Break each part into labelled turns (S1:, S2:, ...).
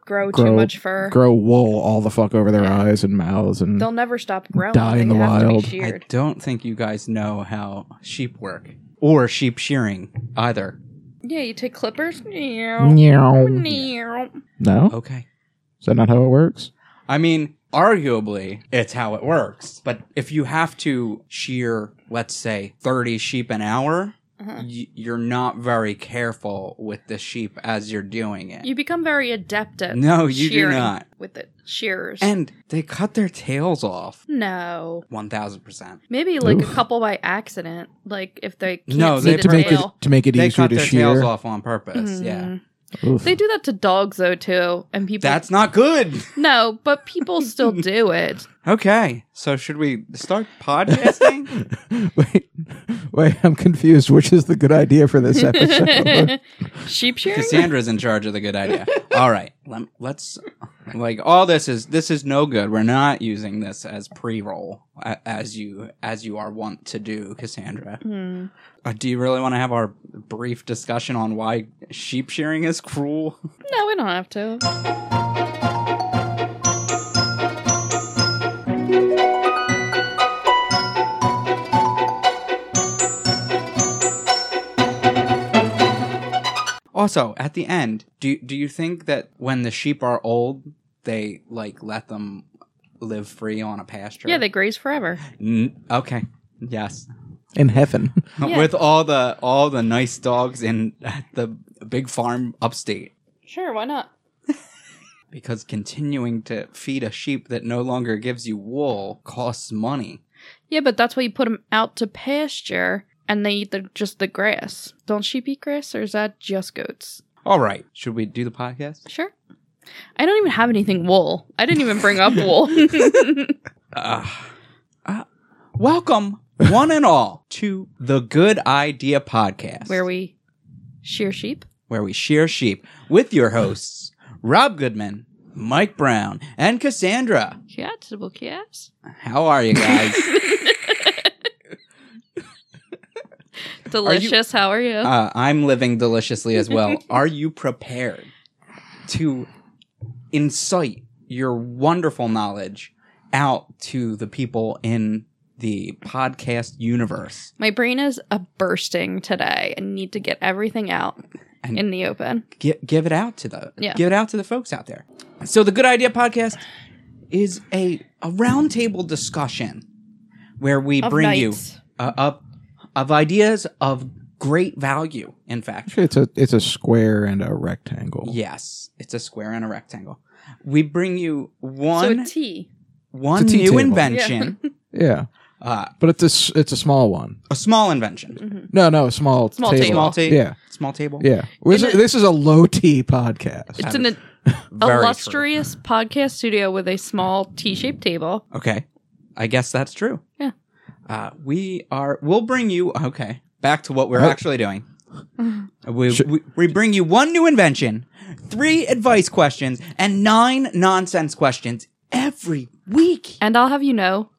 S1: grow, too
S2: Grow-
S1: much fur.
S2: grow wool all the fuck over their eyes and mouths and
S1: They'll never stop growing.
S2: Die in
S1: they
S2: the
S1: have
S2: wild.
S1: To
S2: I-
S1: be sheared.
S3: I don't think you guys know how sheep work or sheep shearing either.
S1: Yeah, you take clippers. Meow.
S2: Meow.
S1: Meow.
S2: no
S3: Okay.
S2: is that not how it works
S3: I mean, arguably, it's how it works. But if you have to shear, let's say, 30 sheep an hour,
S1: Uh-huh.
S3: y- you're not very careful with the sheep as you're doing it.
S1: You become very adept at
S3: no, you
S1: shearing
S3: do not.
S1: with the shearers.
S3: And they cut their tails off.
S1: no,
S3: 1000%.
S1: maybe like
S2: Oof.
S1: a couple by accident, like if they can't
S3: No,
S1: see
S3: they
S1: the
S2: to make it
S1: tail.
S2: to make it
S3: They
S2: easier
S3: cut
S2: to
S3: their
S2: shear
S3: tails off on purpose. Yeah.
S1: Mhm.
S2: Oof.
S1: They do that to dogs though too, and people.
S3: That's not good.
S1: no, but people still do it.
S3: Okay. So, should we start podcasting?
S2: wait wait i'm confused which is the good idea for this episode
S1: Sheep shearing.
S3: Cassandra's in charge of the good idea. All right, let, let's like all this is this is no good. We're not using this as pre-roll a- as you as you are wont to do, Cassandra.
S1: Hmm.
S3: Uh, do you really want to have our brief discussion on why sheep shearing is cruel?
S1: No, we don't have to.
S3: Also, at the end, do do you think that when the sheep are old, they like let them live free on a pasture?
S1: Yeah, they graze forever.
S3: N- okay. Yes.
S2: in heaven
S1: Yeah.
S3: With all the all the nice dogs in the big farm upstate.
S1: Sure, why not?
S3: because continuing to feed a sheep that no longer gives you wool costs money.
S1: Yeah, but that's why you put them out to pasture and they eat the, just the grass. Don't sheep eat grass, or is that just goats?
S3: All right, should we do the podcast?
S1: Sure. I don't even have anything wool. I didn't even bring up wool.
S3: Uh,
S1: Ah.
S3: uh, welcome, one and all, to the Good Idea Podcast,
S1: Where we shear sheep.
S3: where we shear sheep with your hosts Rob Goodman, Mike Brown, and Cassandra.
S1: Cats, little cats.
S3: How are you guys?
S1: Delicious. How are you?
S3: uh, I'm living deliciously as well. Are you prepared to incite your wonderful knowledge out to the people in the podcast universe?
S1: My brain is a bursting today. I need to get everything out
S3: And-
S1: in the open.
S3: Gi- give it out to the
S1: Yeah.
S3: give it out to the folks out there. So the Good Idea Podcast is a a roundtable discussion where we
S1: Of
S3: bring you
S1: nights.
S3: uh, up of ideas of great value. In fact,
S2: Actually, it's a it's a square and a rectangle
S3: Yes, it's a square and a rectangle. We bring you
S1: So
S3: one
S1: a tea.
S3: one
S2: It's a tea
S3: new
S2: table.
S3: invention,
S2: yeah
S3: uh,
S2: but it's a s- it's a small one
S3: a small invention,
S2: no no a small
S1: Small
S2: table.
S1: table.
S3: small table,
S2: yeah
S3: small table.
S2: yeah this,
S1: In
S2: is-
S1: a-
S2: this is a low t podcast
S1: It's an
S3: Very true.
S1: illustrious podcast studio with a small T-shaped table.
S3: Okay, I guess that's true.
S1: Yeah.
S3: uh, we are. We'll bring you. Okay, back to what we're
S2: Oh.
S3: actually doing. We,
S2: Should-
S3: we we bring you one new invention, three advice questions, and nine nonsense questions every week
S1: And I'll have you know,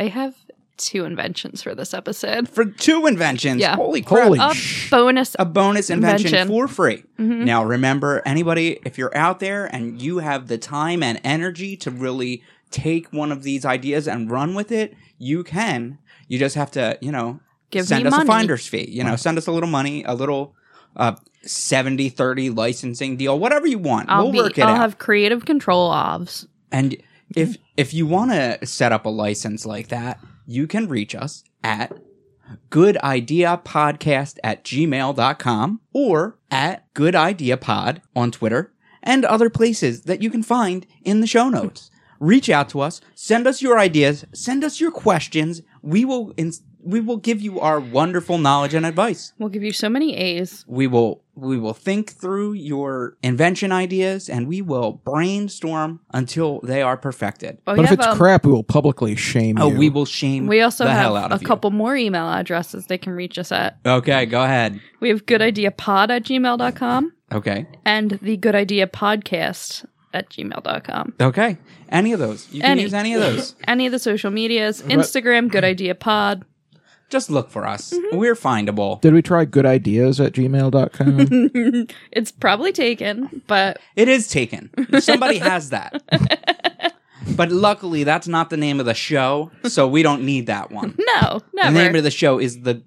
S1: I have two inventions for this episode.
S3: for two inventions.
S1: Yeah.
S3: Holy crap!
S2: Holy
S1: A bonus.
S3: a bonus invention,
S1: Invention.
S3: for free.
S1: Mhm.
S3: Now, remember, anybody, if you're out there and you have the time and energy to really take one of these ideas and run with it, you can. You just have to, you know,
S1: Give
S3: send
S1: me
S3: us
S1: money.
S3: a finder's fee. You know, send us a little money, a little uh, 70 30 licensing deal, whatever you want.
S1: I'll
S3: we'll
S1: be.
S3: work it
S1: I'll
S3: out.
S1: have creative control ofs.
S3: And if if you want to set up a license like that, you can reach us at goodideapodcast at gmail.com or at goodideapod on Twitter and other places that you can find in the show notes. Reach out to us, send us your ideas, send us your questions. We will ins- we will give you our wonderful knowledge and advice
S1: We'll give you so many A's.
S3: we will we will think through your invention ideas and we will brainstorm until they are perfected.
S1: But,
S2: but
S1: we
S2: if
S1: have
S2: it's
S1: a-
S2: crap we will publicly shame
S3: Oh,
S2: you
S3: we will shame
S1: Oh, we also
S3: the hell
S1: have
S3: out
S1: a
S3: of you.
S1: couple more email addresses they can reach us at.
S3: Okay, go ahead.
S1: We have goodideapod at gmail.com
S3: Okay.
S1: and the good idea podcast at gmail.com.
S3: Okay. Any of those. You can
S1: Any.
S3: use any of those.
S1: Any of the social medias, Instagram, good idea pod.
S3: Just look for us.
S1: Mm-hmm.
S3: We're findable.
S2: Did we try good ideas at gmail.com?
S1: it's probably taken, but
S3: It is taken. Somebody has that. But luckily, that's not the name of the show, so we don't need that one.
S1: no,
S3: The
S1: never.
S3: name of the show is the.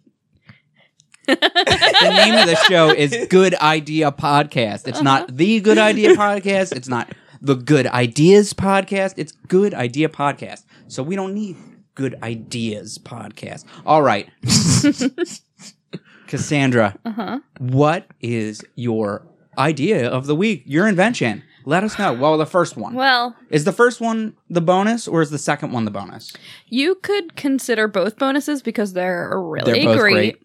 S3: the name of the show is Good Idea Podcast. It's
S1: Uh-huh.
S3: not the Good Idea Podcast. It's not the Good Ideas Podcast. It's Good Idea Podcast. So we don't need Good Ideas Podcast. All right. Cassandra,
S1: uh-huh.
S3: what is your idea of the week? Your invention? Let us know. Well, the first one.
S1: Well,
S3: Is the first one the bonus or is the second one the bonus?
S1: you could consider both bonuses because they're really
S3: They're both
S1: great.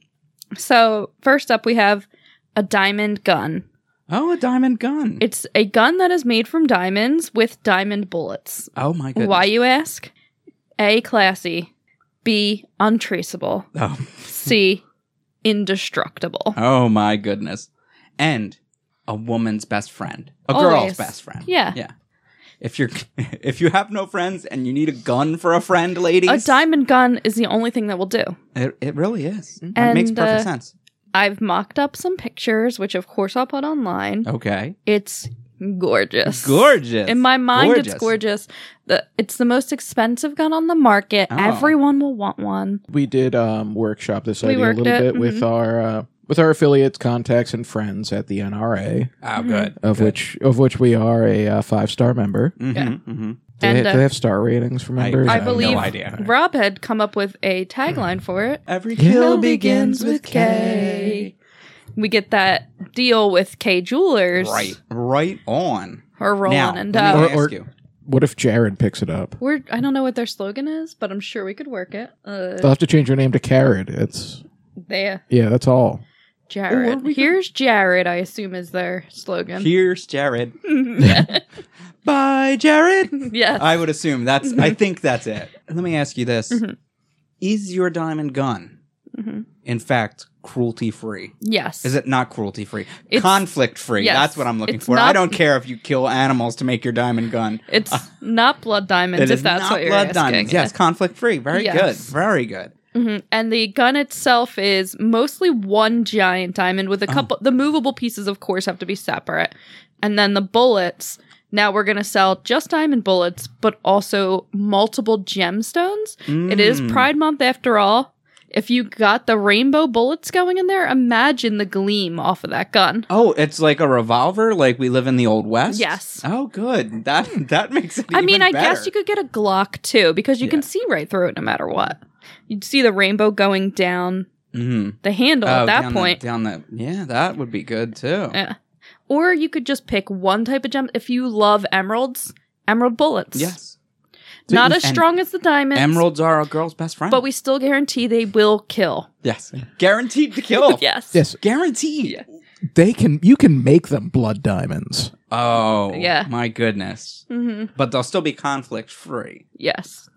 S1: So, first up, we have a diamond gun.
S3: Oh, a diamond gun.
S1: It's a gun that is made from diamonds with diamond bullets.
S3: oh my goodness.
S1: Why, you ask? A, classy. B, untraceable.
S3: Oh.
S1: C, indestructible.
S3: oh my goodness. And a woman's best friend. A
S1: Always.
S3: girl's best friend.
S1: Yeah.
S3: Yeah. If you're if you have no friends and you need a gun for a friend, ladies.
S1: A diamond gun is the only thing that will do.
S3: It, it really is. it
S1: And,
S3: makes perfect
S1: uh,
S3: sense.
S1: I've mocked up some pictures, which of course I'll put online.
S3: Okay.
S1: It's gorgeous.
S3: Oh. Gorgeous.
S1: In my mind, it's gorgeous. The, it's the most expensive gun on the market.
S3: Oh.
S1: Everyone will want one.
S2: we did um, workshop this
S1: We
S2: idea a
S1: worked
S2: little
S1: it, mm-hmm.
S2: bit with our uh, with our affiliates, contacts, and friends at the NRA,
S3: Oh, good.
S2: of
S3: Good.
S2: which of which we are a uh, five star member.
S3: Mhm,
S1: Yeah.
S3: mhm.
S2: Do,
S1: And,
S2: they,
S1: uh,
S2: do they have star ratings for members?
S1: I
S3: have
S1: believe-
S3: no idea.
S1: Rob had come up with a tagline for it.
S3: Every
S2: Yeah.
S3: kill begins with K.
S1: We get that deal with K Jewelers.
S3: Right. Right on.
S1: Or Roland
S3: now,
S1: and uh,
S3: let
S1: Dow.
S3: me
S2: Or-
S3: ask
S2: or-
S3: you.
S2: What if Jared picks it up?
S1: We're I don't know what their slogan is, but I'm sure we could work it. Uh,
S2: They'll have to change your name to Carrot. It's
S1: there,
S2: yeah, that's all.
S1: Jared.
S3: Oh, we could-
S1: Here's Jared. I assume is their slogan.
S3: Here's Jared.
S1: yes.
S3: Bye, Jared. I would assume that's.
S1: Mm-hmm.
S3: I think that's it. Let me ask you this:
S1: Mhm.
S3: Is your diamond gun,
S1: Mhm.
S3: in fact, cruelty free?
S1: yes.
S3: Is it not cruelty free?
S1: It's-
S3: Conflict free.
S1: yes.
S3: That's what I'm looking
S1: It's
S3: for. I
S1: not-
S3: don't care if you kill animals to make your diamond gun.
S1: It's not blood diamonds.
S3: uh, It
S1: if
S3: is
S1: that's
S3: not
S1: what you're
S3: blood
S1: asking.
S3: diamonds. Yes, conflict free. Very good.
S1: Yes.
S3: Very good.
S1: hmm And the gun itself is mostly one giant diamond with a
S3: Oh.
S1: couple. The movable pieces, of course, have to be separate. And then the bullets. Now we're going to sell just diamond bullets, but also multiple gemstones. It is
S3: Mm.
S1: Pride Month after all. If you got the rainbow bullets going in there, imagine the gleam off of that gun.
S3: Oh, it's like a revolver. Like we live in the old west.
S1: Yes.
S3: Oh, good. That that makes it.
S1: I mean,
S3: even
S1: I guess
S3: better.
S1: you could get a Glock too, because you can
S3: Yeah.
S1: see right through it no matter what. You'd see the rainbow going down
S3: Mhm.
S1: the handle
S3: Oh,
S1: at that
S3: down the-
S1: point.
S3: down the yeah, that would be good too.
S1: Yeah. Or you could just pick one type of gem. If you love emeralds, emerald bullets.
S3: Yes.
S1: Not
S3: And
S1: as strong as the diamonds.
S3: Emeralds are a girl's best friend.
S1: But we still guarantee they will kill.
S3: yes, guaranteed to kill.
S1: Yes.
S2: Yes,
S3: guaranteed.
S2: they can. You can make them blood diamonds.
S3: Oh,
S1: Yeah.
S3: My goodness.
S1: hmm
S3: But they'll still be conflict free.
S1: Yes.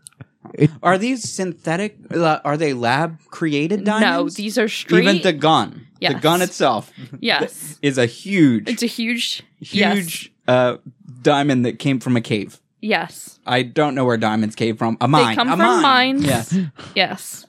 S3: Are these synthetic? la- Are they lab created diamonds?
S1: No, these are straight.
S3: Even the gun. The
S1: Yes.
S3: gun itself
S1: yes.
S3: is a huge,
S1: It's a huge. yes.
S3: huge uh, diamond that came from a cave.
S1: Yes.
S3: I don't know where diamonds came from. A mine.
S1: come
S3: a
S1: from
S3: mine.
S1: mines.
S3: Yes.
S1: Yes.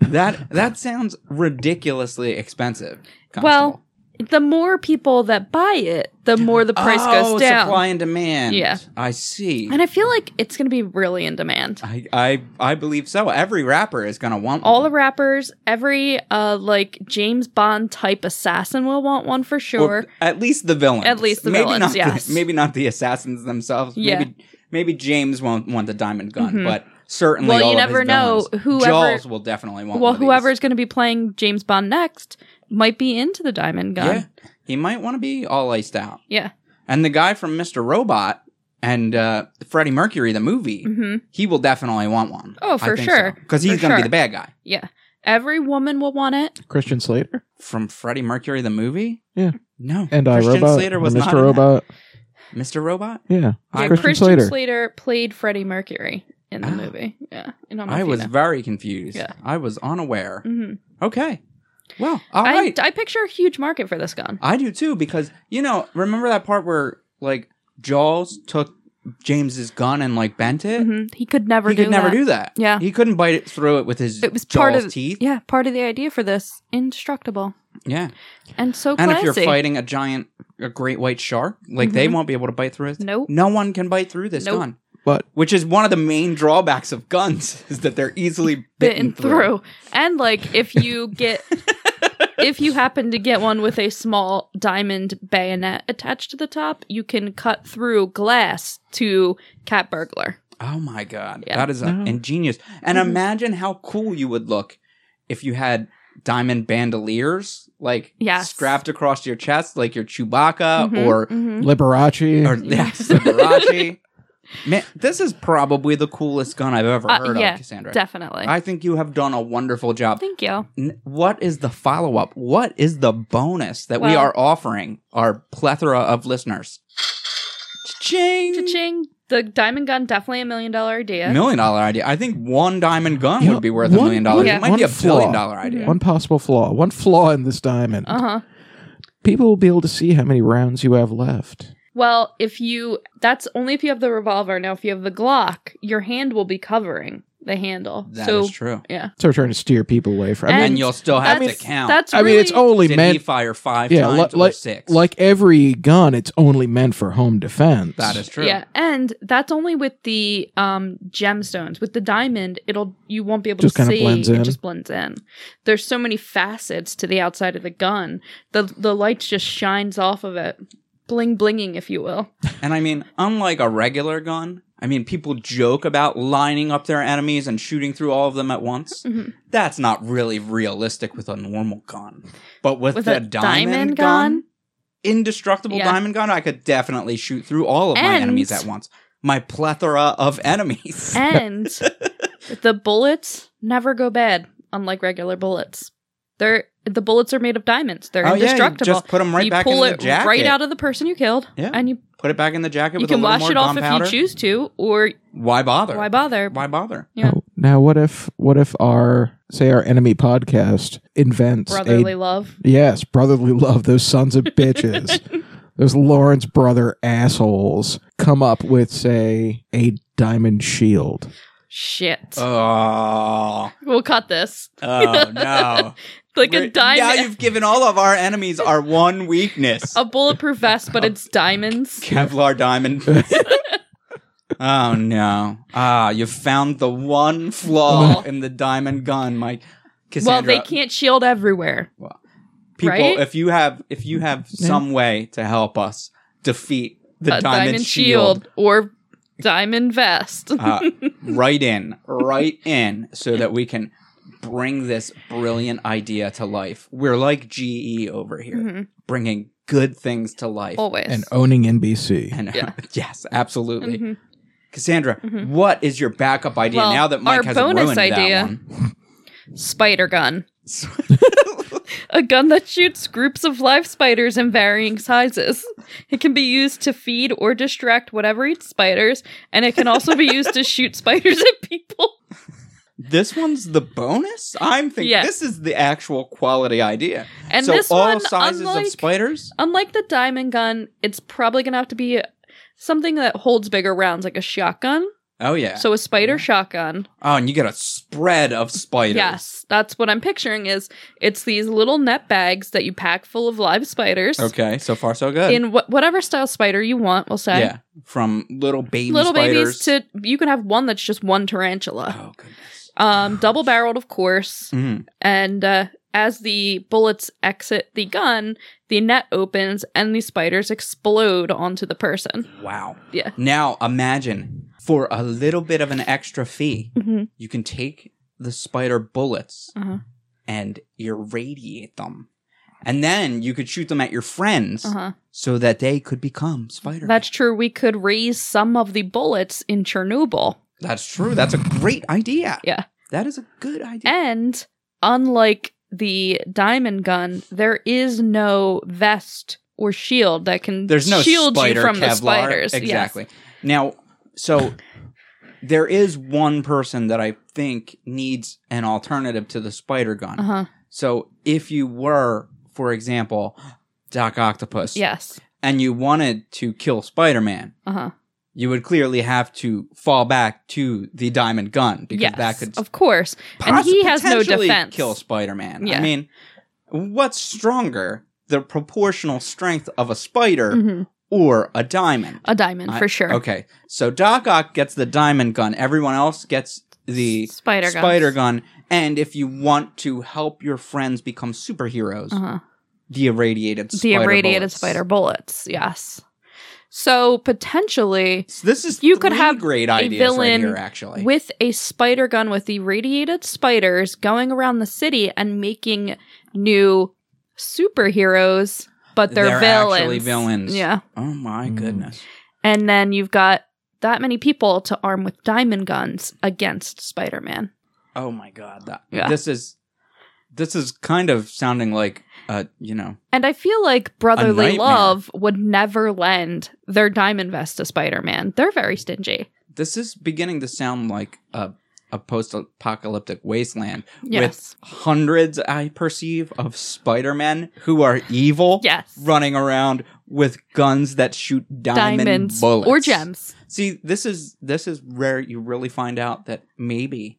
S3: that that sounds ridiculously expensive. Constable.
S1: Well, the more people that buy it, the more the price
S3: Oh,
S1: goes down.
S3: Supply and demand.
S1: Yeah.
S3: I see.
S1: And I feel like it's going to be really in demand.
S3: I, I I believe so. Every rapper is gonna want
S1: all
S3: one.
S1: the rappers, every uh like James Bond type assassin will want one for sure.
S3: Or at least the villains.
S1: At least the
S3: maybe
S1: villains,
S3: Not the-
S1: yes.
S3: maybe not the assassins themselves.
S1: Yeah.
S3: Maybe maybe James won't want the diamond gun,
S1: Mhm.
S3: but certainly.
S1: Well, you
S3: all of
S1: never
S3: his
S1: know
S3: villains.
S1: whoever-
S3: Jaws will definitely want.
S1: well,
S3: one of these.
S1: whoever's going to be playing James Bond next might be into the diamond
S3: yeah,
S1: gun.
S3: he might want to be all iced out.
S1: Yeah.
S3: And the guy from Mr. Robot and uh, Freddie Mercury, the movie,
S1: hmm
S3: he will definitely want one.
S1: Oh, for sure.
S3: because he's
S1: For
S3: gonna be
S1: sure.
S3: the bad guy
S1: Yeah. Every woman will want it.
S2: Christian Slater
S3: from Freddie Mercury, the movie.
S2: Yeah.
S3: No,
S2: and I
S3: Christian
S2: Robot,
S3: Slater was
S2: and
S3: not
S2: Mr.
S3: in that.
S2: Robot.
S3: Mr. Robot.
S2: Yeah,
S3: I-
S1: Yeah,
S2: Christian Slater.
S1: played Freddie Mercury in the
S3: Ah.
S1: movie. Yeah. I don't know.
S3: I
S1: if
S3: was
S1: You know.
S3: very confused.
S1: Yeah.
S3: I was unaware.
S1: Mhm.
S3: Okay. Well, all
S1: I,
S3: right.
S1: I picture a huge market for this gun.
S3: I do too because you know, remember that part where like Jaws took James is gone and like bent it,
S1: hmm He could never
S3: he
S1: do
S3: could never
S1: that.
S3: do that.
S1: Yeah.
S3: he couldn't bite it through it with his
S1: It was
S3: jaws,
S1: part of
S3: teeth.
S1: yeah, part of the idea for this indestructible
S3: Yeah,
S1: and so
S3: and
S1: classy.
S3: if you're fighting a giant, a great white shark, like they won't be able to bite through it.
S1: Mm-hmm. Nope.
S3: no one can bite through this
S1: Nope.
S3: gun,
S2: But
S3: which is one of the main drawbacks of guns is that they're easily bitten,
S1: bitten through. And like if you get if you happen to get one with a small diamond bayonet attached to the top, you can cut through glass to cat burglar.
S3: Oh my god,
S1: Yeah.
S3: that is uh,
S2: No.
S3: ingenious. And
S1: Mhm.
S3: imagine how cool you would look if you had diamond bandoliers like
S1: Yes.
S3: strapped across your chest, like your Chewbacca
S1: Mhm,
S3: Uh, or
S2: Mm-hmm.
S1: mhm.
S2: Liberace,
S3: or yes, the Liberace. Man, this is probably the coolest gun I've ever
S1: Uh,
S3: heard
S1: yeah,
S3: of, Cassandra.
S1: definitely.
S3: I think you have done a wonderful job.
S1: Thank you.
S3: N- What is the follow up? What is the bonus that we
S1: Well-
S3: are offering our plethora of listeners? Ching!
S1: Cha-ching. The diamond gun definitely a million dollar idea.
S3: Million dollar idea. I think one diamond gun
S2: You know,
S3: would be worth a
S2: one-
S3: million dollars.
S1: yeah.
S3: It might
S2: one
S3: be a
S2: flaw.
S3: billion dollar idea.
S2: one possible flaw, one flaw in this diamond.
S1: Uh huh.
S2: People will be able to see how many rounds you have left.
S1: Well, if you that's only if you have the revolver. Now if you have the Glock, your hand will be covering the handle.
S3: That is
S1: so
S3: true.
S1: yeah.
S2: So we're trying to steer people away from. I
S3: And,
S2: mean,
S1: And
S3: you'll still have to
S1: that's-
S3: count.
S1: That's
S2: I mean, it's
S1: really-
S2: only
S3: Did
S2: meant
S3: he fire five
S2: Yeah, li-
S3: times or
S2: like-
S3: six?
S2: like every gun. It's only meant for home defense.
S3: that is true.
S1: Yeah, and that's only with the um gemstones. With the diamond, it'll you won't be able
S2: Just
S1: to
S2: kinda
S1: see.
S2: blends
S1: It
S2: in.
S1: just blends in. There's so many facets to the outside of the gun. The the light just shines off of it, bling blinging, if you will.
S3: And I mean, unlike a regular gun, I mean, people joke about lining up their enemies and shooting through all of them at once.
S1: Mhm.
S3: That's not really realistic with a normal gun. But with,
S1: With
S3: the
S1: a
S3: diamond,
S1: diamond
S3: gun,
S1: gun?
S3: indestructible
S1: Yeah.
S3: diamond gun, I could definitely shoot through all of my
S1: And-
S3: enemies at once. My plethora of enemies.
S1: And the bullets never go bad, unlike regular bullets. They're the bullets are made of diamonds. They're
S3: Oh, yeah, you
S1: indestructible.
S3: just put 'em right
S1: you
S3: back
S1: pull
S3: in
S1: it
S3: the jacket.
S1: right out of the person you killed,
S3: Yeah.
S1: and you
S3: Put it back in the jacket
S1: you
S3: with
S1: can
S3: a little
S1: wash
S3: more
S1: it off if
S3: gunpowder.
S1: you choose to, or
S3: Why bother?
S1: why bother?
S3: Why bother?
S1: Yeah.
S2: Now, now what if what if our say our enemy podcast invents
S1: Brotherly
S2: a
S1: love.
S2: yes brotherly love those sons of bitches those Lawrence brother assholes come up with say a diamond shield
S1: Shit.
S3: Uh, Oh,
S1: we'll cut this.
S3: oh no!
S1: Like
S3: We're-
S1: a
S3: Now
S1: diamond,
S3: you've given all of our enemies our one weakness:
S1: a bulletproof vest, but it's diamonds.
S3: Kevlar diamond. oh no! Ah, you found the one flaw in the diamond gun, Mike.
S1: Well,
S3: Cassandra,
S1: they can't shield everywhere.
S3: people.
S1: right?
S3: If you have, if you have
S2: Yeah.
S3: some way to help us defeat the
S1: a
S3: diamond, shield,
S1: or diamond vest.
S3: uh, write in, write in, so that we can bring this brilliant idea to life. We're like GE over here,
S1: Mhm.
S3: bringing good things to life.
S1: Always.
S2: and owning NBC.
S3: And
S1: Yeah.
S3: yes, absolutely.
S1: Mhm.
S3: Cassandra,
S1: Mhm.
S3: what is your backup idea
S1: Well,
S3: now that Mike
S1: our
S3: has
S1: bonus
S3: ruined
S1: idea-
S3: that one?
S1: Spider gun. A gun that shoots groups of live spiders in varying sizes. It can be used to feed or distract whatever eats spiders, and it can also be used to shoot spiders at people.
S3: This one's the bonus? I'm thinking
S1: Yeah.
S3: this is the actual quality idea.
S1: And
S3: so
S1: this
S3: all
S1: one,
S3: sizes
S1: unlike-
S3: of spiders?
S1: Unlike the diamond gun, it's probably gonna have to be something that holds bigger rounds, like a shotgun.
S3: Oh yeah.
S1: So a spider shotgun.
S3: oh, and you get a spread of spiders.
S1: Yes, that's what I'm picturing. Is it's these little net bags that you pack full of live spiders.
S3: Okay, so far so good.
S1: In wh- whatever style spider you want, we'll say.
S3: yeah. From little baby
S1: Little
S3: spiders
S1: babies to you can have one that's just one tarantula.
S3: Oh goodness.
S1: Um, double barreled, of course.
S3: Mhm.
S1: And uh, as the bullets exit the gun, the net opens and the spiders explode onto the person.
S3: Wow.
S1: Yeah.
S3: Now imagine for a little bit of an extra fee,
S1: Mhm.
S3: you can take the spider bullets
S1: Uh-huh.
S3: and irradiate them. And then you could shoot them at your friends
S1: Uh huh.
S3: so that they could become spider.
S1: That's true. We could raise some of the bullets in Chernobyl.
S3: That's true. That's a great idea.
S1: Yeah.
S3: That is a good idea.
S1: And unlike the diamond gun, there is no vest or shield that can
S3: There's no
S1: shield
S3: spider
S1: you from
S3: Kevlar.
S1: the spiders. Yes.
S3: Exactly. Now, so there is one person that I think needs an alternative to the spider gun.
S1: Uh-huh.
S3: So if you were, for example, Doc Octopus,
S1: Yes.
S3: and you wanted to kill Spider Man,
S1: Uh-huh.
S3: you would clearly have to fall back to the diamond gun because
S1: yes,
S3: that could
S1: of course.
S3: possi-
S1: and he has no
S3: potentially
S1: defense.
S3: Kill Spider-Man. I
S1: Yeah.
S3: mean, what's stronger, the proportional strength of a spider
S1: Mhm.
S3: or a diamond?
S1: A diamond
S3: I-
S1: for sure.
S3: Okay, so Doc Ock gets the diamond gun. Everyone else gets the
S1: spider gun.
S3: spider gun. And if you want to help your friends become superheroes,
S1: Uh-huh.
S3: the irradiated
S1: The
S3: spider
S1: irradiated
S3: bullets.
S1: spider bullets. Yes. So potentially
S3: So this is
S1: You could
S3: three
S1: have
S3: great ideas
S1: villain
S3: right here, actually.
S1: with a spider gun with the radiated spiders going around the city and making new superheroes, but they're,
S3: They're
S1: villains.
S3: actually villains.
S1: Yeah.
S3: oh my
S2: Mm.
S3: goodness!
S1: And then you've got that many people to arm with diamond guns against Spider Man.
S3: Oh my god! That,
S1: Yeah.
S3: This is this is kind of sounding like uh, you know,
S1: And I feel like brotherly
S3: nightmare.
S1: love would never lend their diamond vest to Spider Man. They're very stingy.
S3: this is beginning to sound like a a post-apocalyptic wasteland
S1: Yes.
S3: with hundreds, I perceive, of Spider-Men who are evil.
S1: yes.
S3: Running around with guns that shoot diamond
S1: Diamonds
S3: bullets
S1: or gems.
S3: See, this is this is where you really find out that maybe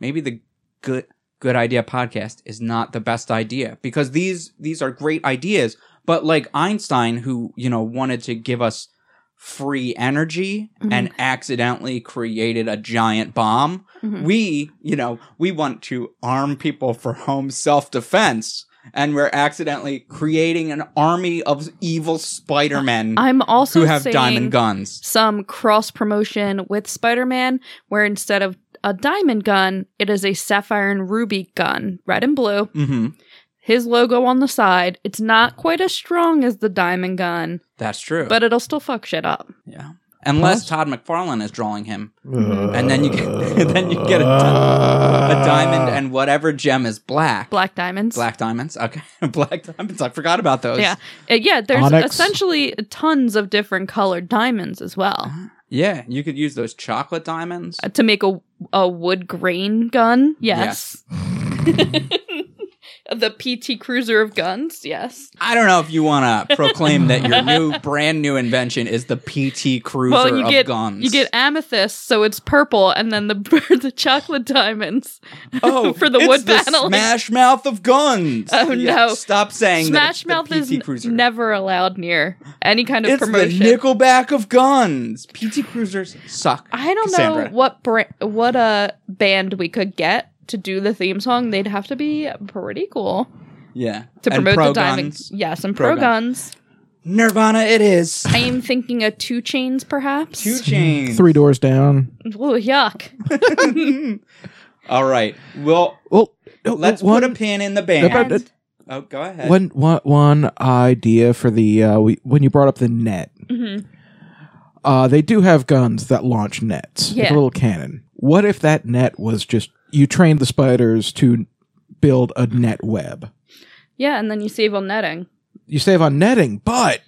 S3: maybe the good good idea podcast is not the best idea because these these are great ideas, but like Einstein who, you know, wanted to give us free energy
S1: Mm-hmm.
S3: and accidentally created a giant bomb.
S1: Mhm.
S3: We, you know, we want to arm people for home self-defense and we're accidentally creating an army of evil Spider-Men
S1: I'm also
S3: who have
S1: seeing
S3: diamond guns.
S1: some cross promotion with Spider Man where instead of a diamond gun, it is a sapphire and ruby gun, red and blue.
S3: Mm-hmm.
S1: His logo on the side. It's not quite as strong as the diamond gun,
S3: That's true.
S1: but it'll still fuck shit up.
S3: yeah, unless
S2: Plus-
S3: Todd McFarlane is drawing him,
S1: Mhm.
S3: and then you get then you get a,
S2: Uh,
S3: di- a diamond and whatever gem is black.
S1: Black diamonds.
S3: Black diamonds. Okay, black diamonds. I forgot about those.
S1: Yeah. Uh, yeah, there's
S2: Onyx.
S1: essentially tons of different colored diamonds as well
S3: yeah. You could use those chocolate diamonds.
S1: Uh, to make a a wood grain gun. Yes. the PT Cruiser of guns. Yes.
S3: I don't know if you want to proclaim that your new brand new invention is the PT Cruiser
S1: well, you
S3: of
S1: get
S3: guns.
S1: you get amethyst, so it's purple, and then the the chocolate diamonds.
S3: oh
S1: for the
S3: it's
S1: wood paneling.
S3: Smash Mouth of guns.
S1: Oh,
S3: Yeah,
S1: no.
S3: Stop saying that it's
S1: Smash
S3: the
S1: Mouth
S3: PT
S1: is n-
S3: Cruiser.
S1: never allowed near any kind of
S3: it's
S1: promotion.
S3: the Nickelback of guns. PT Cruisers suck.
S1: I don't
S3: Cassandra.
S1: know what bra- what uh band we could get to do the theme song. They'd have to be pretty cool
S3: Yeah.
S1: to
S3: And
S1: promote
S3: pro
S1: the diamonds.
S3: guns.
S1: Yes, and
S3: Pro
S1: pro,
S3: guns.
S1: guns.
S3: Nirvana it is.
S1: I am thinking a two chains, perhaps.
S3: Two chains.
S2: Three doors down.
S1: Ooh, yuck.
S3: All right. Well,
S2: Well, no,
S3: let's
S2: one,
S3: put a pin in the
S2: but-
S3: band.
S2: but-
S3: oh, go ahead.
S2: one, one, one idea for the uh, we, when you brought up the net.
S1: Mhm.
S2: Uh, they do have guns that launch nets, like
S1: Yeah.
S2: a little cannon. What if that net was just you trained the spiders to build a net web?
S1: Yeah, and then you save on netting.
S2: You save on netting, but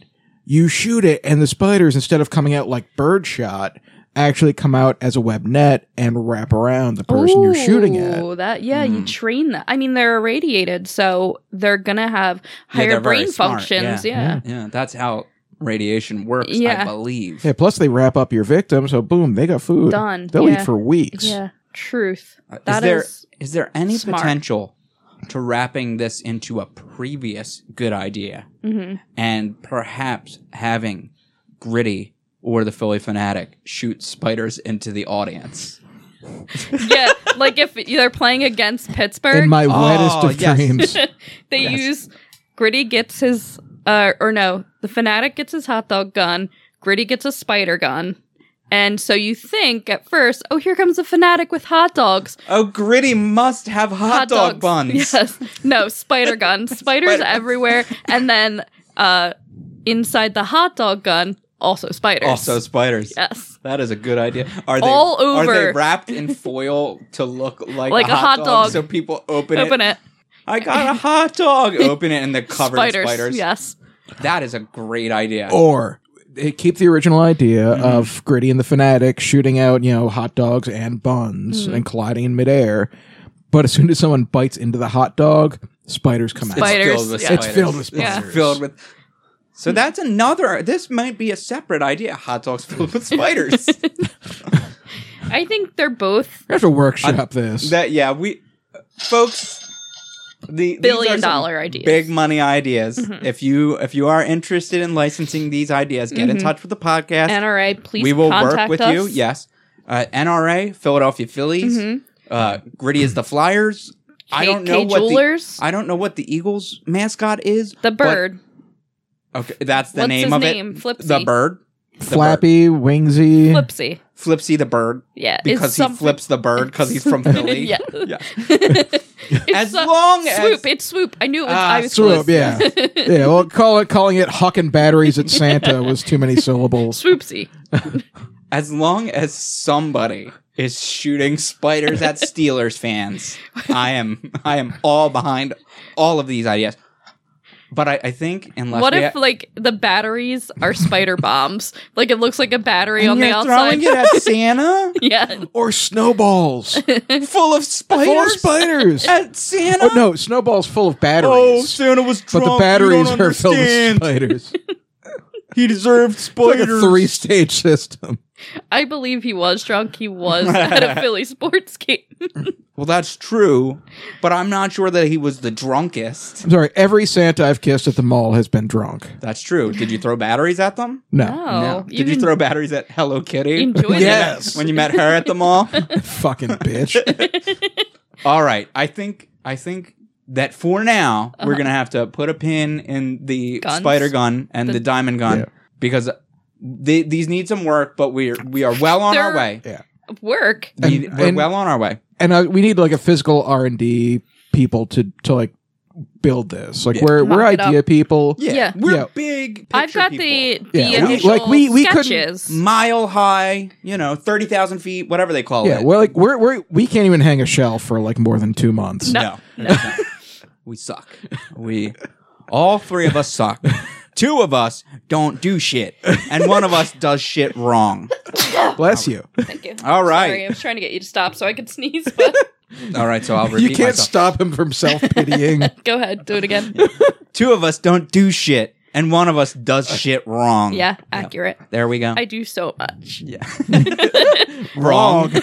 S2: you shoot it, and the spiders instead of coming out like birdshot, actually come out as a web net and wrap around the person you're shooting at.
S1: Ooh, That yeah, you
S3: Mm.
S1: train that. I mean, they're irradiated, so they're gonna have higher
S3: they're very
S1: brain
S3: smart,
S1: functions.
S2: yeah.
S1: Yeah.
S3: yeah, that's how radiation works, I
S1: Yeah.
S3: believe.
S2: Yeah, plus they wrap up your victim, so boom, they got food.
S1: Done.
S2: They'll
S1: Yeah.
S2: eat for weeks.
S1: Yeah. Truth.
S3: Uh, is
S1: That
S3: there
S1: is
S3: is there any
S1: smart.
S3: potential to wrapping this into a previous good idea
S1: mhm.
S3: and perhaps having Gritty or the Philly Fanatic shoot spiders into the audience?
S1: Yeah. like if they're playing against Pittsburgh,
S2: In my
S3: Oh,
S2: wettest of
S3: yes.
S2: dreams.
S1: They use Gritty gets his uh or no, the fanatic gets his hot dog gun, Gritty gets a spider gun. And so you think at first, oh, here comes the fanatic with hot dogs.
S3: Oh, Gritty must have hot,
S1: dogs.
S3: dog buns.
S1: Yes. No, spider gun. Spiders
S3: Spider-
S1: everywhere. And then uh inside the hot dog gun, also spiders.
S3: Also spiders.
S1: Yes.
S3: That is a good idea. Are they
S1: All
S3: Are they
S1: over.
S3: wrapped in foil to look like,
S1: Like
S3: a, hot, dog, So
S1: dog.
S3: people open,
S1: Open it.
S3: I got a hot dog. Open it and they're covered in
S1: Spiders.
S3: spiders.
S1: Yes.
S3: That is a great idea.
S2: or they keep the original idea of Gritty and the Fanatic shooting out, you know, hot dogs and buns and colliding in midair. But as soon as someone bites into the hot dog, spiders come
S3: It's
S1: Spiders,
S3: filled with
S1: yeah. Hmm.
S3: spiders.
S2: It's filled with
S3: It's
S2: spiders.
S3: filled with So that's another. This might be a separate idea. Hot dogs filled with spiders.
S1: I think they're both
S2: We have to workshop this.
S3: that yeah, we folks. The
S1: billion
S3: dollar
S1: dollar ideas. Mm-hmm.
S3: big money ideas. If you if you are interested in licensing these ideas, get
S1: Mm-hmm.
S3: in touch with the podcast.
S1: NRA, please
S3: we will
S1: contact
S3: work with
S1: us. Mm-hmm.
S3: you. Yes, uh, NRA, Philadelphia Phillies, uh, Gritty is the Flyers. I I don't know
S1: K
S3: what
S1: Jewelers.
S3: the I don't know what the Eagles mascot is.
S1: the
S3: but-
S1: bird.
S3: okay, that's the
S1: What's
S3: name
S1: his
S3: of
S1: name?
S3: it.
S1: Flipsy.
S3: The bird. The bird.
S2: Flappy, wingsy.
S1: Flipsy.
S3: Flipsy the bird.
S1: Yeah. it's
S3: Because he
S1: something-
S3: flips the bird because he's from Philly.
S1: yeah.
S3: Yeah.
S1: It's
S3: As
S1: so-
S3: long as
S1: Swoop. It's swoop. I knew it was.
S3: Ah,
S1: I was
S2: Swoop,
S1: close.
S2: yeah, yeah. Well, call it calling it hucking batteries at Santa was too many syllables.
S1: Swoopsy.
S3: as long as somebody is shooting spiders at Steelers fans, I am I am all behind all of these ideas. But I, I think unless
S1: What
S3: we
S1: if
S3: ha-
S1: like the batteries are spider bombs? Like it looks like a battery
S3: and
S1: on the
S3: you're
S1: outside.
S3: throwing it at Santa
S1: yeah.
S2: Or snowballs
S3: full of spiders
S2: full of spiders.
S3: at Santa.
S2: oh no, snowballs full of
S3: Oh,
S2: batteries.
S3: Santa was
S2: but
S3: drunk.
S2: the batteries are filled with spiders. It's
S3: He deserved
S2: like
S3: spiders.
S2: a three-stage system.
S1: I believe he was drunk. He was at a Philly sports game.
S3: well, that's true, but I'm not sure that he was the drunkest.
S2: I'm sorry. Every Santa I've kissed at the mall has been drunk.
S3: That's true. Did you throw batteries at them?
S2: No,
S1: Oh,
S3: Did you throw batteries at Hello Kitty?
S1: enjoy
S3: when you met-
S2: Yes.
S3: when you met her at the mall.
S2: fucking bitch.
S3: All right. I think I think that for now we're gonna have to put a pin in the
S1: Uh-huh. Guns.
S3: spider gun and the,
S1: The-
S3: diamond gun
S2: Yeah.
S3: because they, these need some work, but we're we are well on our
S1: They're-
S3: way.
S2: Yeah,
S1: work?
S3: We,
S2: And-
S3: we're
S2: and-
S3: well on our way.
S2: and I, we need like a physical R and D people to to like build this. Like we're we're
S1: Mock it
S2: idea people.
S3: Yeah,
S1: Yeah.
S3: we're
S2: Yeah.
S3: big.
S1: I've
S3: picture
S1: got
S3: people.
S1: the the
S2: Yeah, we-
S1: initial
S2: like, we- we couldn't-
S1: sketches.
S3: Mm. mile high. You know, thirty thousand feet, whatever they call
S2: Yeah,
S3: it.
S2: well, like we're we we can't even hang a shelf for like more than two months.
S3: No. no. we suck. We all three of us suck. Two of us don't do shit, and one of us does shit wrong.
S2: Bless you.
S1: Thank you.
S3: All right.
S1: Sorry, I was trying to get you to stop so I could sneeze, but
S3: All right, so I'll repeat
S2: You can't
S3: myself.
S2: stop him from self pitying.
S1: go ahead, do it again.
S3: Two of us don't do shit, and one of us does shit wrong.
S1: Yeah, accurate.
S3: There we go.
S1: I do so much.
S3: yeah. wrong.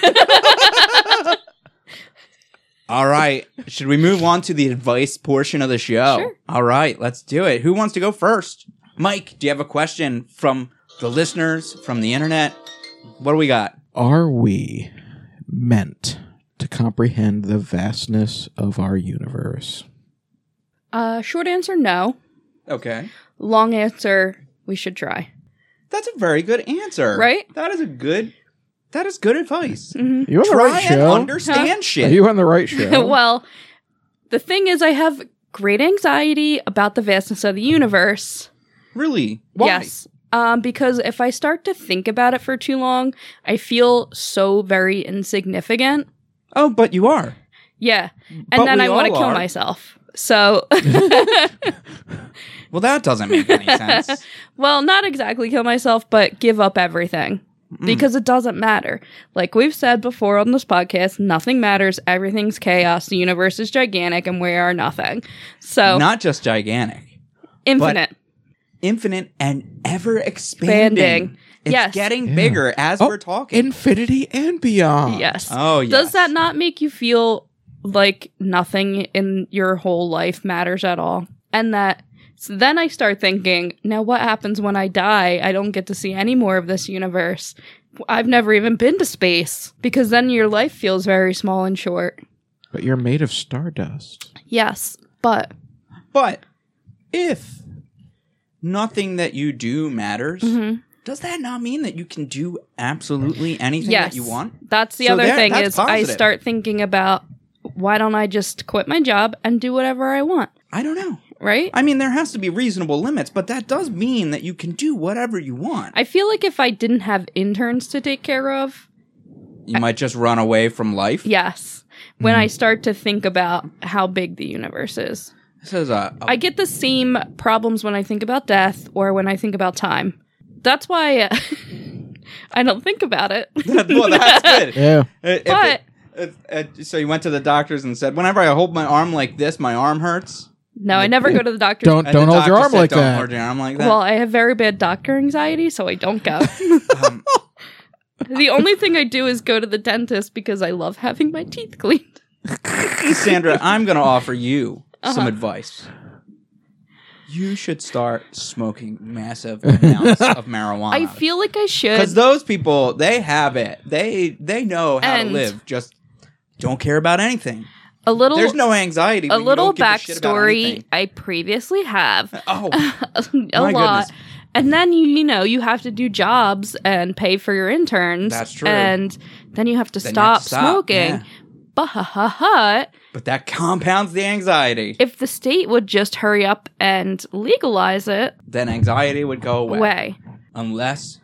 S3: All right. Should we move on to the advice portion of the show?
S1: Sure.
S3: All right, let's do it. Who wants to go first? Mike, do you have a question from the listeners, from the internet? What do we got?
S2: Are we meant to comprehend the vastness of our universe?
S1: Uh, short answer, no.
S3: Okay.
S1: Long answer, we should try.
S3: That's a very good answer.
S1: Right? Mm-hmm.
S3: That is a good that is good advice.
S2: Are you on the
S3: Try
S2: right
S3: and
S2: show?
S3: understand
S2: Are
S3: shit.
S2: you on the right
S3: Oh.
S2: show?
S1: well, the thing is, I have great anxiety about the vastness of the universe.
S3: really? Why?
S1: Yes. Um, because if I start to think about it for too long, I feel so very insignificant.
S3: Oh, but you are.
S1: Yeah. And
S3: But
S1: then
S3: we
S1: I want to
S3: all
S1: kill
S3: are.
S1: myself. So,
S3: Well, that doesn't make any sense.
S1: well, not exactly kill myself, but give up everything
S3: Mm.
S1: because it doesn't matter. Like we've said before on this podcast, nothing matters. Everything's chaos. The universe is gigantic and we are nothing. So,
S3: Not just gigantic,
S1: infinite.
S3: infinite and ever expanding.
S1: Expanding.
S3: It's
S1: Yes.
S3: getting
S2: Yeah.
S3: bigger as
S2: Oh,
S3: we're talking.
S2: Infinity and beyond.
S1: yes.
S3: oh, yes.
S1: Does that not make you feel like nothing in your whole life matters at all? And that so then I start thinking, now what happens when I die? I don't get to see any more of this universe. I've never even been to space because then your life feels very small and short.
S2: But you're made of stardust.
S1: Yes, but
S3: But if nothing that you do matters,
S1: Mm-hmm.
S3: does that not mean that you can do absolutely anything
S1: yes,
S3: that you want?
S1: That's the
S3: So
S1: other
S3: there-
S1: thing
S3: that's
S1: is I
S3: positive.
S1: start thinking about why don't I just quit my job and do whatever I want,
S3: I don't know.
S1: right?
S3: I mean, there has to be reasonable limits, but that does mean that you can do whatever you want.
S1: I feel like if I didn't have interns to take care of,
S3: you might just run away from life.
S1: Yes. When
S3: Mm.
S1: I start to think about how big the universe is,
S3: This is a, a
S1: I get the same problems when I think about death or when I think about time. That's why uh, I don't think about it.
S3: well, that's good.
S2: Yeah.
S3: Uh, if
S1: But-
S3: it- uh, uh, so you went to the doctors and said, whenever I hold my arm like this, my arm hurts.
S1: No, I never go to the doctor.
S2: Don't
S3: And
S2: don't
S3: the
S2: hold your
S3: doctor
S2: arm
S3: said,
S2: like
S3: "Don't
S2: that.
S3: hold your arm like that.
S1: Well, I have very bad doctor anxiety, so I don't go.
S3: Um,
S1: the only thing I do is go to the dentist because I love having my teeth cleaned.
S3: Sandra, I'm going to offer you some
S1: Uh-huh.
S3: advice. You should start smoking massive amounts of marijuana.
S1: I feel like I should.
S3: because those people they have it. They they know how
S1: And-
S3: to live. Just don't care about anything.
S1: a little
S3: There's no anxiety.
S1: a
S3: when you
S1: little
S3: don't give a shit about
S1: backstory
S3: anything.
S1: I previously have.
S3: Oh,
S1: a
S3: My
S1: lot.
S3: goodness.
S1: And then you you know you have to do jobs and pay for your interns.
S3: That's true.
S1: And then you have to,
S3: Then you
S1: stop,
S3: have to stop,
S1: smoking.
S3: yeah.
S1: But
S3: but that compounds the anxiety.
S1: if the state would just hurry up and legalize it,
S3: then anxiety would go away,
S1: way
S3: unless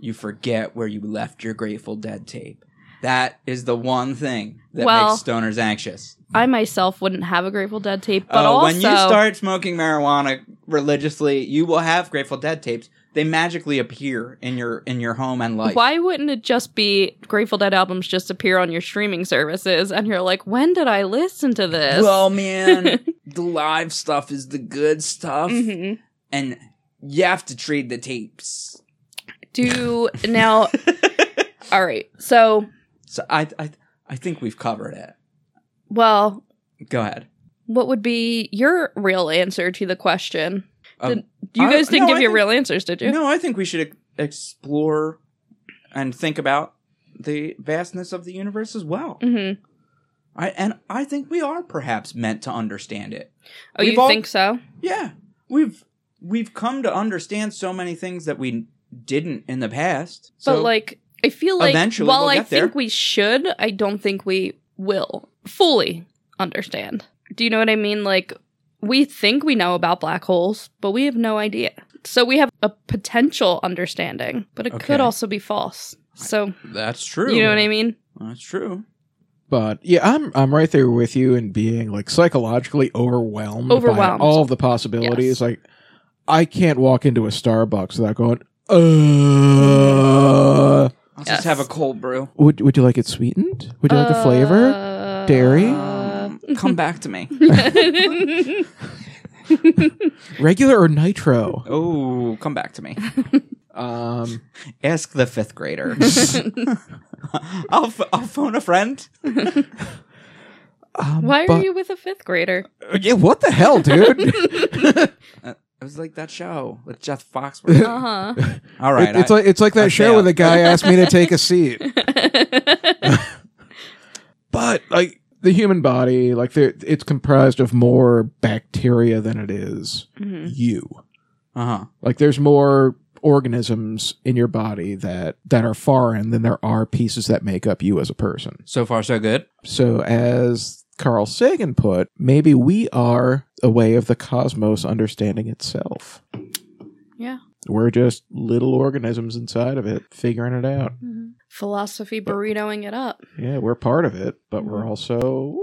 S3: you forget where you left your Grateful Dead tape. That is the one thing that
S1: Well-
S3: makes stoners anxious.
S1: I myself wouldn't have a Grateful Dead tape. But
S3: Uh,
S1: also,
S3: when you start smoking marijuana religiously, you will have Grateful Dead tapes. They magically appear in your in your home and life.
S1: why wouldn't it just be Grateful Dead albums just appear on your streaming services? And you're like, when did I listen to this?
S3: Well, man, the live stuff is the good stuff,
S1: Mhm.
S3: and you have to trade the tapes.
S1: do now. all right. So,
S3: So I I I think we've covered it.
S1: well,
S3: Go ahead.
S1: what would be your real answer to the question?
S3: Um,
S1: Did- you
S3: I-
S1: guys didn't
S3: no,
S1: give
S3: I
S1: your
S3: think-
S1: real answers, did you?
S3: No, I think we should ex- explore and think about the vastness of the universe as well.
S1: hmm
S3: I and I think we are perhaps meant to understand it.
S1: Oh,
S3: We've
S1: you
S3: all-
S1: think so?
S3: Yeah, we've we've come to understand so many things that we didn't in the past. So
S1: but like, I feel like
S3: eventually
S1: while
S3: we'll
S1: I
S3: get
S1: think
S3: there.
S1: we should, I don't think we will fully understand. Do you know what I mean? Like, we think we know about black holes, but we have no idea. So we have a potential understanding, but it
S3: Okay.
S1: could also be false. So
S3: that's true.
S1: you know what I mean?
S3: That's true.
S2: But yeah, I'm I'm right there with you in being like psychologically overwhelmed,
S1: Overwhelmed.
S2: by all of the possibilities.
S1: Yes.
S2: Like I can't walk into a Starbucks without going, uh
S3: I'll
S1: Yes.
S3: just have a cold brew.
S2: would would you like it sweetened? Would you like
S1: Uh,
S2: the flavor? Dairy?
S3: Um, come back to me.
S1: Uh,
S2: Regular or nitro?
S3: Oh, come back to me.
S2: Um
S3: Ask the fifth grader. I'll, f- I'll phone a friend.
S2: um,
S1: Why are
S2: but-
S1: you with a fifth grader?
S2: Yeah, what the hell, dude?
S3: Uh, it was like that show with Jeff Foxworthy.
S1: Uh
S3: All right.
S2: It- it's
S3: I-
S2: like it's like that
S3: I
S2: show
S3: failed.
S2: when the guy asked me to take a seat.
S1: huh.
S2: But like the human body, like there- it's comprised of more bacteria than it is
S1: Mm. Mm-hmm.
S2: you.
S3: uh-huh.
S2: Like there's more organisms in your body that that are foreign than there are pieces that make up you as a person.
S3: So far, so good.
S2: So as Carl Sagan put, maybe we are a way of the cosmos understanding itself.
S1: Yeah.
S2: We're just little organisms inside of it figuring it out.
S1: Philosophy burritoing it up.
S2: Yeah, we're part of it, but we're
S1: Mm-hmm.
S2: also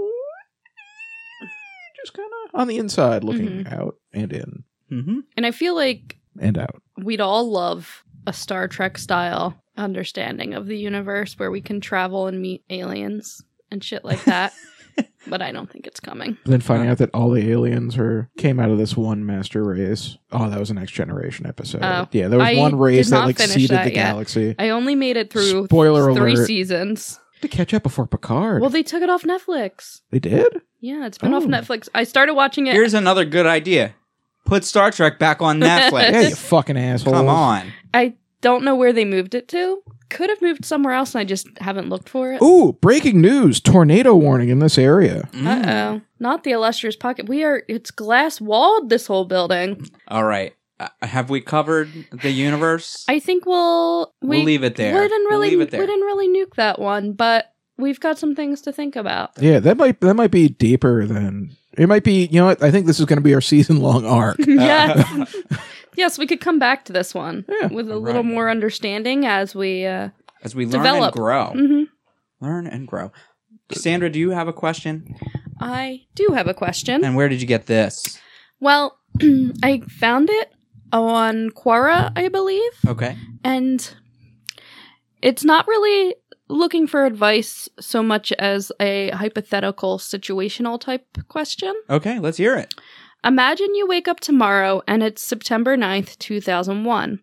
S2: just kind of on the inside looking out and in
S3: Mm-hmm.
S1: And I feel like
S2: and out.
S1: we'd all love a Star Trek style understanding of the universe where we can travel and meet aliens and shit like that. but I don't think it's coming.
S2: And then finding out that all the aliens are came out of this one master race. Oh, that was a next generation episode.
S1: Oh.
S2: yeah, there was
S1: I
S2: one race
S1: did
S2: that
S1: not
S2: like
S1: finish
S2: seeded
S1: that
S2: the
S1: yet.
S2: galaxy.
S1: I only made it through
S2: Spoiler
S1: three
S2: alert.
S1: seasons.
S2: To catch up before Picard.
S1: Well, they took it off Netflix.
S2: they did?
S1: Yeah, it's been off
S2: Oh.
S1: Netflix. I started watching it.
S3: Here's another good idea. Put Star Trek back on Netflix.
S2: Yeah, you fucking asshole.
S3: Come on.
S1: I don't know where they moved it to. Could have moved somewhere else, and I just haven't looked for it.
S2: Ooh, breaking news. Tornado warning in this area.
S1: Uh
S3: Mm.
S1: oh. Not the illustrious pocket. We are, it's glass walled, this whole building.
S3: All right. Uh, have we covered the universe?
S1: I think we'll. We,
S3: we'll leave it there.
S1: We didn't
S3: We'll
S1: really,
S3: leave it there.
S1: We didn't really nuke that one, but we've got some things to think about.
S3: Uh.
S2: Yeah, that might that might be deeper than it might be, you know what? I think this is going to be our season long arc.
S1: yes. yes, we could come back to this one
S2: Yeah.
S1: with a
S3: Right.
S1: little more understanding as we. Uh,
S3: As we learn
S1: Develop.
S3: and grow.
S1: mhm.
S3: Learn and grow. Sandra, do you have a question?
S1: I do have a question.
S3: And where did you get this?
S1: well, I found it on Quora, I believe.
S3: Okay.
S1: and it's not really looking for advice so much as a hypothetical situational type question.
S3: Okay, let's hear it.
S1: Imagine you wake up tomorrow and it's September 9th, 2001.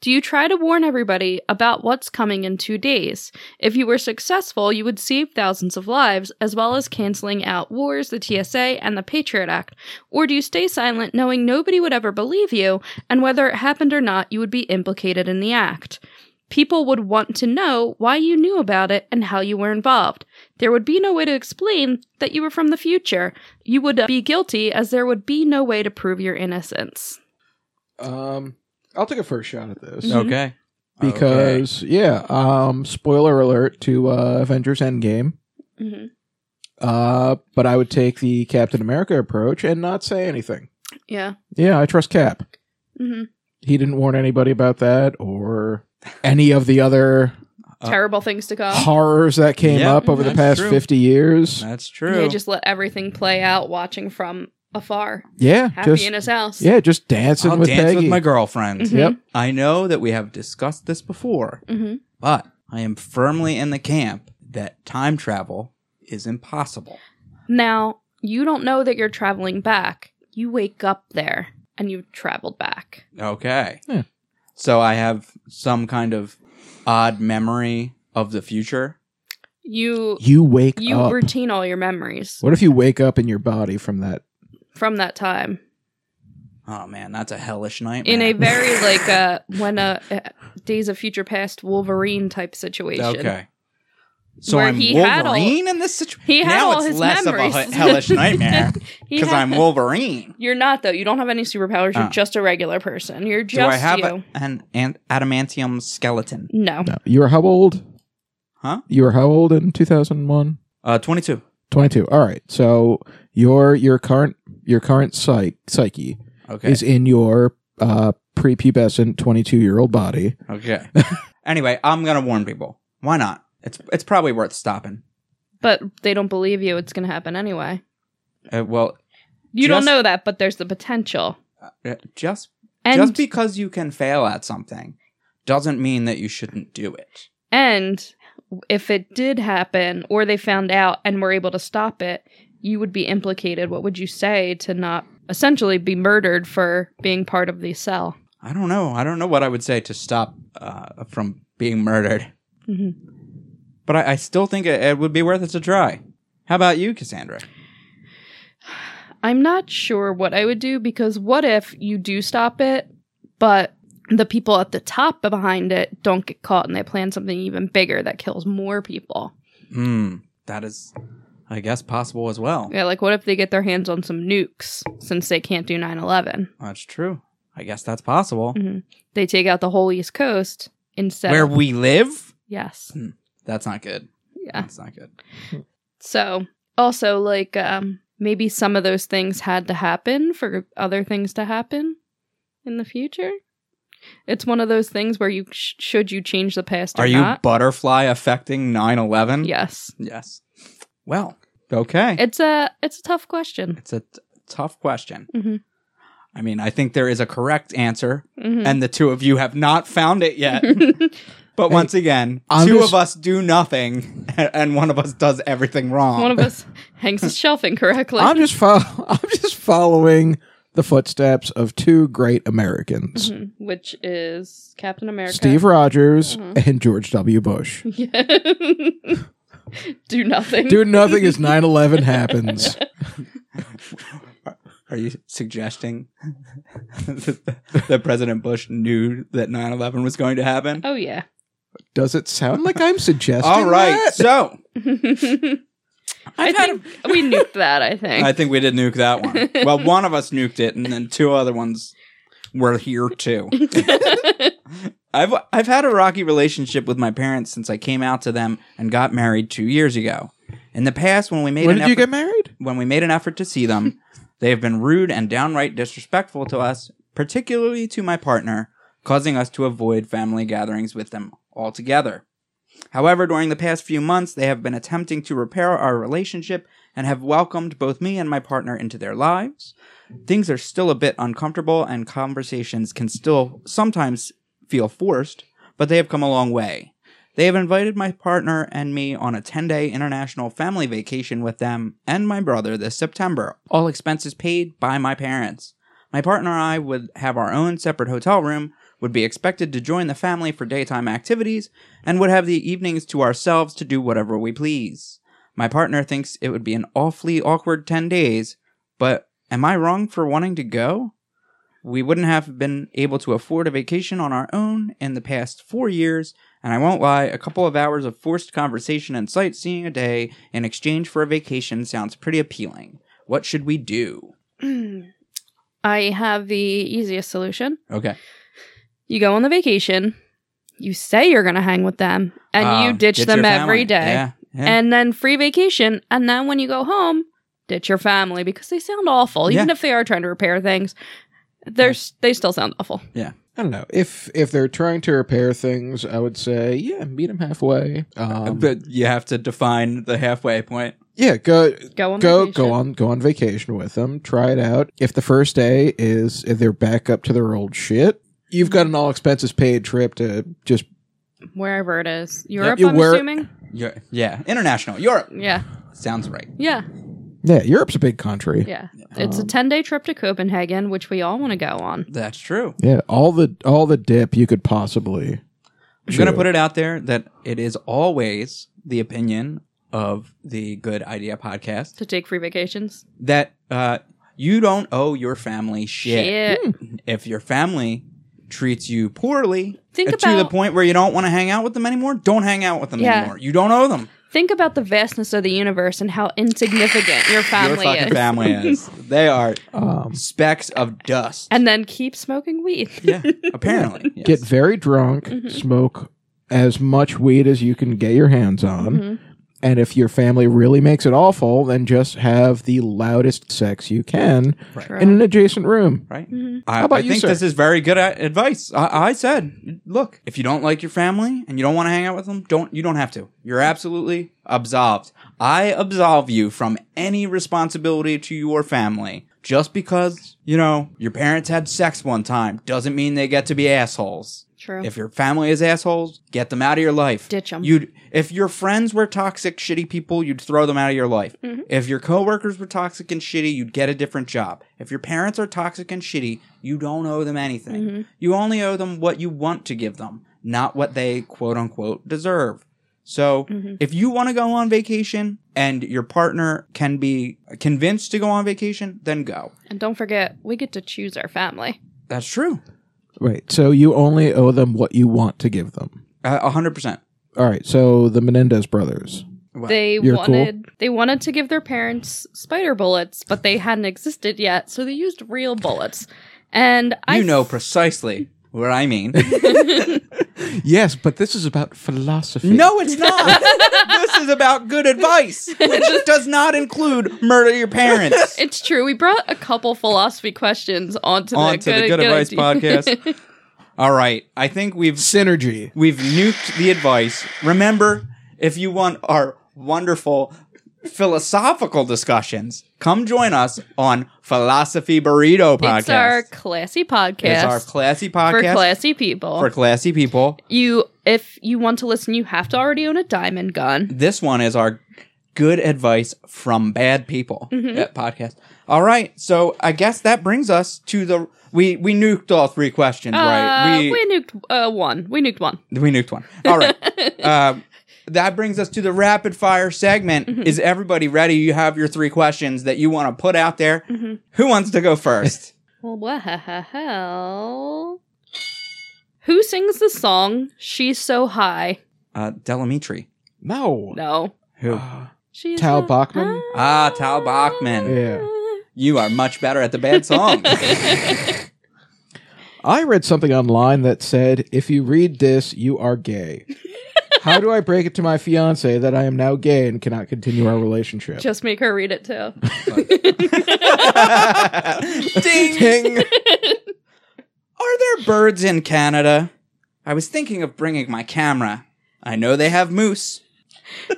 S1: Do you try to warn everybody about what's coming in two days? If you were successful, you would save thousands of lives, as well as canceling out wars, the TSA, and the Patriot Act. Or do you stay silent, knowing nobody would ever believe you, and whether it happened or not, you would be implicated in the act? People would want to know why you knew about it and how you were involved. There would be no way to explain that you were from the future. You would be guilty, as there would be no way to prove your innocence.
S2: Um, I'll take a first shot at this
S1: Mhm.
S3: Okay.
S2: because yeah. Um, spoiler alert to uh, Avengers Endgame.
S1: Mhm.
S2: Uh, but I would take the Captain America approach and not say anything.
S1: Yeah.
S2: Yeah, I trust Cap.
S1: hmm
S2: He didn't warn anybody about that or any of the other
S3: Uh,
S1: Terrible things to come.
S2: horrors that came
S3: yeah,
S2: up over the
S3: that's
S2: past
S3: true.
S2: 50 years.
S3: That's true.
S1: Yeah, just let everything play out watching from afar.
S2: Yeah,
S1: Happy
S2: just
S1: in his house.
S2: yeah, just dancing
S3: I'll
S2: with
S3: dance
S2: Peggy.
S3: with my girlfriend.
S1: Mhm.
S2: Yep.
S3: I know that we have discussed this before,
S1: hmm
S3: but I am firmly in the camp that time travel is impossible.
S1: Now, you don't know that you're traveling back. You wake up there and you've traveled back.
S3: Okay.
S2: Yeah.
S3: So I have some kind of odd memory of the future.
S1: You
S2: You wake
S1: you
S2: up.
S1: retain all your memories
S2: what if you wake up in your body from that?
S1: from that time
S3: Oh man, that's a hellish nightmare.
S1: in a very like uh when a uh, Days of Future Past Wolverine type situation.
S3: Okay. So
S1: Where
S3: I'm
S1: he had all-
S3: Wolverine in this situation.
S1: He had
S3: now
S1: all
S3: it's
S1: his
S3: less
S1: memories.
S3: of a he- hellish nightmare
S1: He
S3: because
S1: had-
S3: I'm Wolverine.
S1: You're not though. You don't have any superpowers. You're
S3: Oh.
S1: just a regular person. You're just
S3: Do I have
S1: you.
S3: a, an, an adamantium skeleton?
S1: no.
S2: No, you were how old?
S3: Huh?
S2: You were how old in 2001?
S3: Uh, 22.
S2: 22. All right. So your your current your current psych, psyche
S3: Okay.
S2: is in your uh prepubescent 22 year old body.
S3: okay. anyway, I'm gonna warn people. Why not? It's it's probably worth stopping.
S1: But they don't believe you. It's going to happen anyway.
S3: Uh, well,
S1: You don't
S3: Just-
S1: know that, but there's the potential.
S3: uh, just
S1: And
S3: just because you can fail at something doesn't mean that you shouldn't do it.
S1: and if it did happen or they found out and were able to stop it, you would be implicated. What would you say to not essentially be murdered for being part of the cell?
S3: I don't know. I don't know what I would say to stop uh, from being murdered,
S1: Mhm.
S3: but I, I still think it, it would be worth it to try. How about you, Cassandra?
S1: I'm not sure what I would do because what if you do stop it, but the people at the top behind it don't get caught and they plan something even bigger that kills more people?
S3: Hmm, that is, I guess, possible as well.
S1: Yeah, like what if they get their hands on some nukes since they can't do 9 11?
S3: That's true. I guess that's possible.
S1: Mm, They take out the whole East Coast instead.
S3: Where we live?
S1: yes.
S3: That's not good.
S1: Yeah.
S3: That's not good.
S1: So also like um maybe some of those things had to happen for other things to happen in the future. It's one of those things where you sh- should you change the past or
S3: Are you
S1: not.
S3: butterfly affecting 9 11?
S1: yes.
S3: Yes. Well, Mm-hmm. okay.
S1: It's a it's a tough question.
S3: It's a t- tough question.
S1: Mhm.
S3: I mean, I think there is a correct answer,
S1: Mhm.
S3: and the two of you have not found it yet. But
S2: Hey,
S3: once again,
S2: I'm
S3: two
S2: just-
S3: of us do nothing, and one of us does everything wrong.
S1: one of us hangs his shelf incorrectly.
S2: I'm just fo- I'm just following the footsteps of two great Americans,
S1: Mhm. Which is Captain America.
S2: Steve Rogers
S1: Mhm.
S2: and George W. Bush.
S1: Yeah. Do nothing.
S2: Do nothing as 9/11 happens.
S3: Are you suggesting that that President Bush knew that 9 11 was going to happen?
S1: Oh yeah.
S2: Does it sound like I'm suggesting?
S3: All right.
S2: that?
S3: So
S1: I
S3: I've had
S1: think we nuked that. I think.
S3: I think we did nuke that one. well, one of us nuked it, and then two other ones were here too. I've I've had a rocky relationship with my parents since I came out to them and got married two years ago. In the past, when we made
S2: When did
S3: an
S2: you get
S3: effort,
S2: married?
S3: when we made an effort to see them, they have been rude and downright disrespectful to us, particularly to my partner, causing us to avoid family gatherings with them altogether. However, during the past few months, they have been attempting to repair our relationship and have welcomed both me and my partner into their lives. Things are still a bit uncomfortable and conversations can still sometimes feel forced, but they have come a long way. They have invited my partner and me on a 10 day international family vacation with them and my brother this September, all expenses paid by my parents. My partner and I would have our own separate hotel room, would be expected to join the family for daytime activities, and would have the evenings to ourselves to do whatever we please. My partner thinks it would be an awfully awkward 10 days, but am I wrong for wanting to go? We wouldn't have been able to afford a vacation on our own in the past four years, and I won't lie, a couple of hours of forced conversation and sightseeing a day in exchange for a vacation sounds pretty appealing. What should we do?
S1: I have the easiest solution.
S3: Okay.
S1: You go on the vacation, you say you're going to hang with them, and
S3: Uh,
S1: you ditch
S3: ditch
S1: them
S3: your
S1: every
S3: family.
S1: day.
S3: Yeah. yeah.
S1: And then free vacation. And then when you go home, ditch your family because they sound awful. Even
S3: Yeah.
S1: if they are trying to repair things, they're, s they still sound awful.
S2: I don't know if if they're trying to repair things. I would say yeah, meet them halfway. Um,
S3: but you have to define the halfway point.
S2: yeah, go
S1: Go on
S2: go
S1: vacation.
S2: go on go on vacation with them. Try it out. If the first day is if they're back up to their old shit, you've got an all expenses paid trip to just
S1: Wherever it is. Europe,
S2: You
S1: I'm
S2: were-
S1: assuming?
S3: you yeah, international Europe
S1: Yeah.
S3: sounds right.
S1: Yeah.
S2: yeah. Europe's a big country.
S1: Yeah. It's a 10 day trip to Copenhagen, which we all want to go on.
S3: That's true.
S2: Yeah, all the all the dip you could possibly.
S3: I'm going to put it out there that it is always the opinion of the Good Idea podcast
S1: To take free vacations.
S3: that uh, you don't owe your family shit.
S1: Shit.
S3: If your family treats you poorly
S1: Think
S3: uh, to
S1: about-
S3: the point where you don't want to hang out with them anymore, don't hang out with them
S1: Yeah.
S3: anymore. You don't owe them.
S1: Think about the vastness of the universe and how insignificant your
S3: Your
S1: family
S3: fucking
S1: is.
S3: family is. They are
S2: Um,
S3: specks of dust.
S1: And then keep smoking weed.
S3: yeah, apparently. Yes.
S2: Get very drunk,
S1: Mm-hmm.
S2: smoke as much weed as you can get your hands on,
S1: Mm-hmm.
S2: and if your family really makes it awful, then just have the loudest sex you can
S1: True.
S2: in an adjacent room.
S3: right? I,
S2: How about
S3: I
S2: you,
S3: think
S2: sir?
S3: this is very good a- advice. I, I said, look, if you don't like your family and you don't want to hang out with them, don't you don't have to. You're absolutely absolved. I absolve you from any responsibility to your family. Just because, you know, your parents had sex one time doesn't mean they get to be assholes.
S1: True.
S3: If your family is assholes, get them out of your life.
S1: Ditch 'em.
S3: You'd if your friends were toxic, shitty people, you'd throw them out of your life.
S1: Mm-hmm.
S3: If your coworkers were toxic and shitty, you'd get a different job. If your parents are toxic and shitty, you don't owe them anything.
S1: Mm-hmm.
S3: You only owe them what you want to give them, not what they quote unquote deserve. So
S1: Mm-hmm.
S3: if you want to go on vacation and your partner can be convinced to go on vacation, then go.
S1: and don't forget, we get to choose our family.
S3: That's true.
S2: Wait, so you only owe them what you want to give them.
S3: Uh, 100%.
S2: All right, so the Menendez brothers.
S3: Wow.
S1: They
S2: You're cool.
S1: wanted they wanted to give their parents spider bullets, but they hadn't existed yet, so they used real bullets. And I
S3: You know precisely what I mean.
S2: Yes, but this is about philosophy.
S3: No, it's not. this is about good advice, which does not include murder your parents.
S1: It's true. We brought a couple philosophy questions onto the
S3: On to the Good Advice
S1: idea.
S3: podcast. All right, I think we've
S2: synergy.
S3: we've nuked the advice. Remember, if you want our wonderful philosophical discussions, come join us on Philosophy Burrito Podcast.
S1: It's our classy podcast,
S3: It's our classy
S1: for
S3: podcast
S1: classy people.
S3: for classy people.
S1: you, if you want to listen, you have to already own a diamond gun.
S3: This one is our good advice from bad people
S1: Mm-hmm.
S3: uh, podcast. All right, so I guess that brings us to the we we nuked all three questions, right?
S1: Uh, we, nuked uh, one. We nuked one.
S3: we nuked one. All right. um, that brings us to the rapid fire segment.
S1: Mm-hmm.
S3: Is everybody ready? You have your three questions that you want to put out there.
S1: Mm-hmm.
S3: Who wants to go first?
S1: Well, who sings the song "She's So High"?
S3: uh, Delamitri.
S2: No. Uh,
S1: No,
S3: Who?
S1: she's
S2: Tal
S1: so
S2: Bachman?
S1: high.
S3: Ah, Tal Bachman.
S2: Yeah.
S3: You are much better at the bad song.
S2: I read something online that said, if you read this, you are gay. How do I break it to my fiance that I am now gay and cannot continue our relationship?
S1: Just make her read it too.
S3: Ding.
S2: Ding.
S3: Are there birds in Canada? I was thinking of bringing my camera. I know they have moose.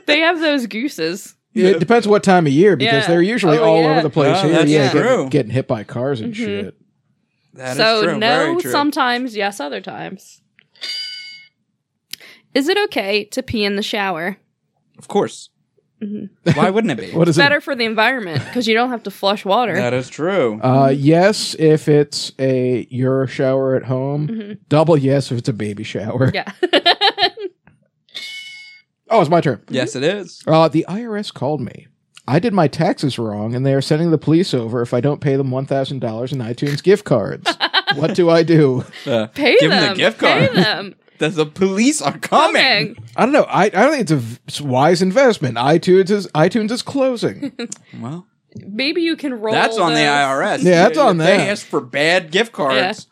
S1: they have those gooses.
S2: it depends what time of year because
S1: Yeah.
S2: they're usually
S1: Oh,
S2: all
S1: yeah. Mm-hmm.
S2: over the place.
S3: Oh,
S2: Here,
S3: that's
S2: yeah,
S3: true.
S2: Getting, getting hit by cars and shit.
S3: That is
S1: so
S3: true,
S1: no,
S3: very true.
S1: sometimes yes, other times. Is it okay to pee in the shower?
S3: Of course.
S1: Mm-hmm.
S3: Why wouldn't it be?
S2: What is
S1: Better
S2: it?
S1: for the environment because you don't have to flush water.
S3: that is true.
S2: Uh, yes, if it's a your shower at home.
S1: Mm-hmm.
S2: Double yes if it's a baby shower.
S1: yeah.
S2: Oh, it's my turn.
S3: yes, it is.
S2: Uh, the IRS called me. I did my taxes wrong, and they are sending the police over if I don't pay them one thousand dollars in iTunes gift cards. what do I do?
S3: Uh,
S1: Pay
S3: Give 'em
S1: them.
S3: the gift
S1: Pay
S3: card.
S1: them.
S3: the, the police are coming.
S1: Coming.
S2: I don't know. I, I don't think it's a v- it's a wise investment. iTunes is iTunes is closing.
S3: Well,
S1: Maybe you can roll.
S3: that's on the
S1: those.
S3: IRS.
S2: Yeah, that's on
S3: They
S2: them.
S3: asked for bad gift cards.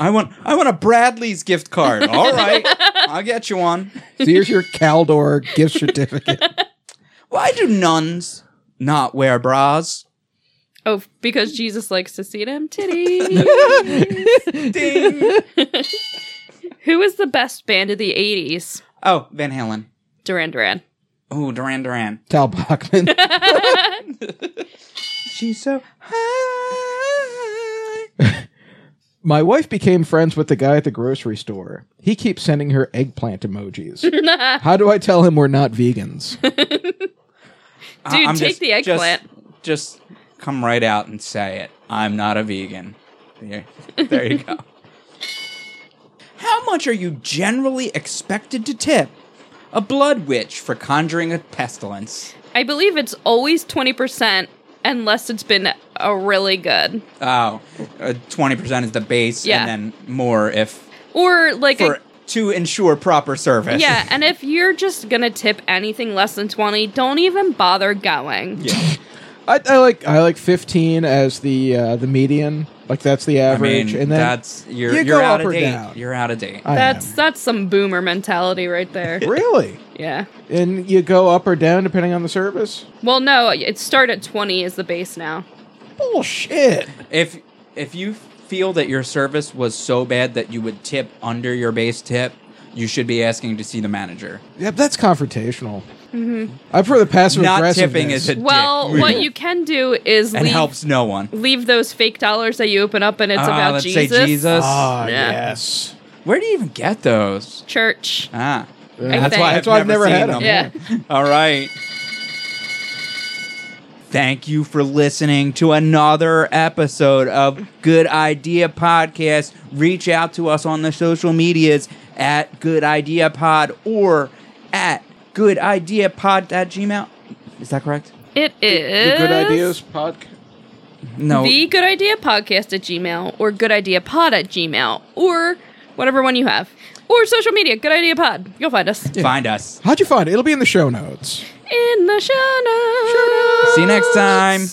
S3: I want I want a Bradley's gift card. All right. I'll get you one.
S2: so here's your Caldor gift certificate.
S3: Why do nuns not wear bras?
S1: Oh, because Jesus likes to see them titties.
S3: Ding.
S1: Who is the best band of the '80s?
S3: Oh, Van Halen.
S1: Duran Duran.
S3: Oh, Duran Duran.
S2: Tal Bachman.
S3: She's so high.
S2: My wife became friends with the guy at the grocery store. He keeps sending her eggplant emojis. How do I tell him we're not vegans?
S3: I-
S1: Dude,
S3: I'm
S1: take
S3: just-
S1: the eggplant.
S3: Just, just come right out and say it. I'm not a vegan. There, there you go. How much are you generally expected to tip a blood witch for conjuring a pestilence?
S1: I believe it's always twenty percent unless it's been a really good
S3: Oh, twenty percent is the base,
S1: Yeah.
S3: and then more if
S1: or like
S3: for
S1: a,
S3: to ensure proper service.
S1: yeah. And if you're just gonna tip anything less than twenty, don't even bother going.
S3: yeah.
S2: I, I like I like fifteen as the uh, the median. Like that's the
S3: I mean,
S2: average. and then
S3: that's you're
S2: you
S3: you are
S2: go
S3: out
S2: up
S3: of
S2: or
S3: date.
S2: down.
S3: You're out of date.
S2: I am.
S1: That's that's some boomer mentality right there.
S2: really.
S1: Yeah.
S2: And you go up or down depending on the service.
S1: Well, no, it start at twenty is the base now.
S2: Bullshit.
S3: If if you feel that your service was so bad that you would tip under your base tip, you should be asking to see the manager.
S2: Yeah, that's confrontational. I prefer the passive
S3: Not
S2: aggressiveness.
S3: tipping is a
S1: Well,
S3: dick
S1: what
S3: move
S1: you can do is
S3: and
S1: leave,
S3: helps no one.
S1: leave those fake dollars that you open up and it's
S3: Ah,
S1: about
S3: let's
S1: Jesus.
S3: say Jesus.
S2: Ah,
S1: Yeah.
S2: yes.
S3: Where do you even get those?
S1: Church.
S3: Ah,
S1: that's why-
S2: that's why I've never had them.
S1: Yeah.
S3: All right. Thank you for listening to another episode of Good Idea Podcast. Reach out to us on the social medias at Good Idea Pod or at Good Idea Pod at Gmail. Is that correct?
S1: It
S2: The
S1: is
S2: good ideas podcast.
S3: No.
S1: The Good Idea Podcast at Gmail or Good Idea Pod at Gmail or whatever one you have. Or social media, Good Idea Pod. You'll find us.
S3: Find us.
S2: How'd you find it? It'll be in the show notes.
S1: In the show notes.
S3: See you next time.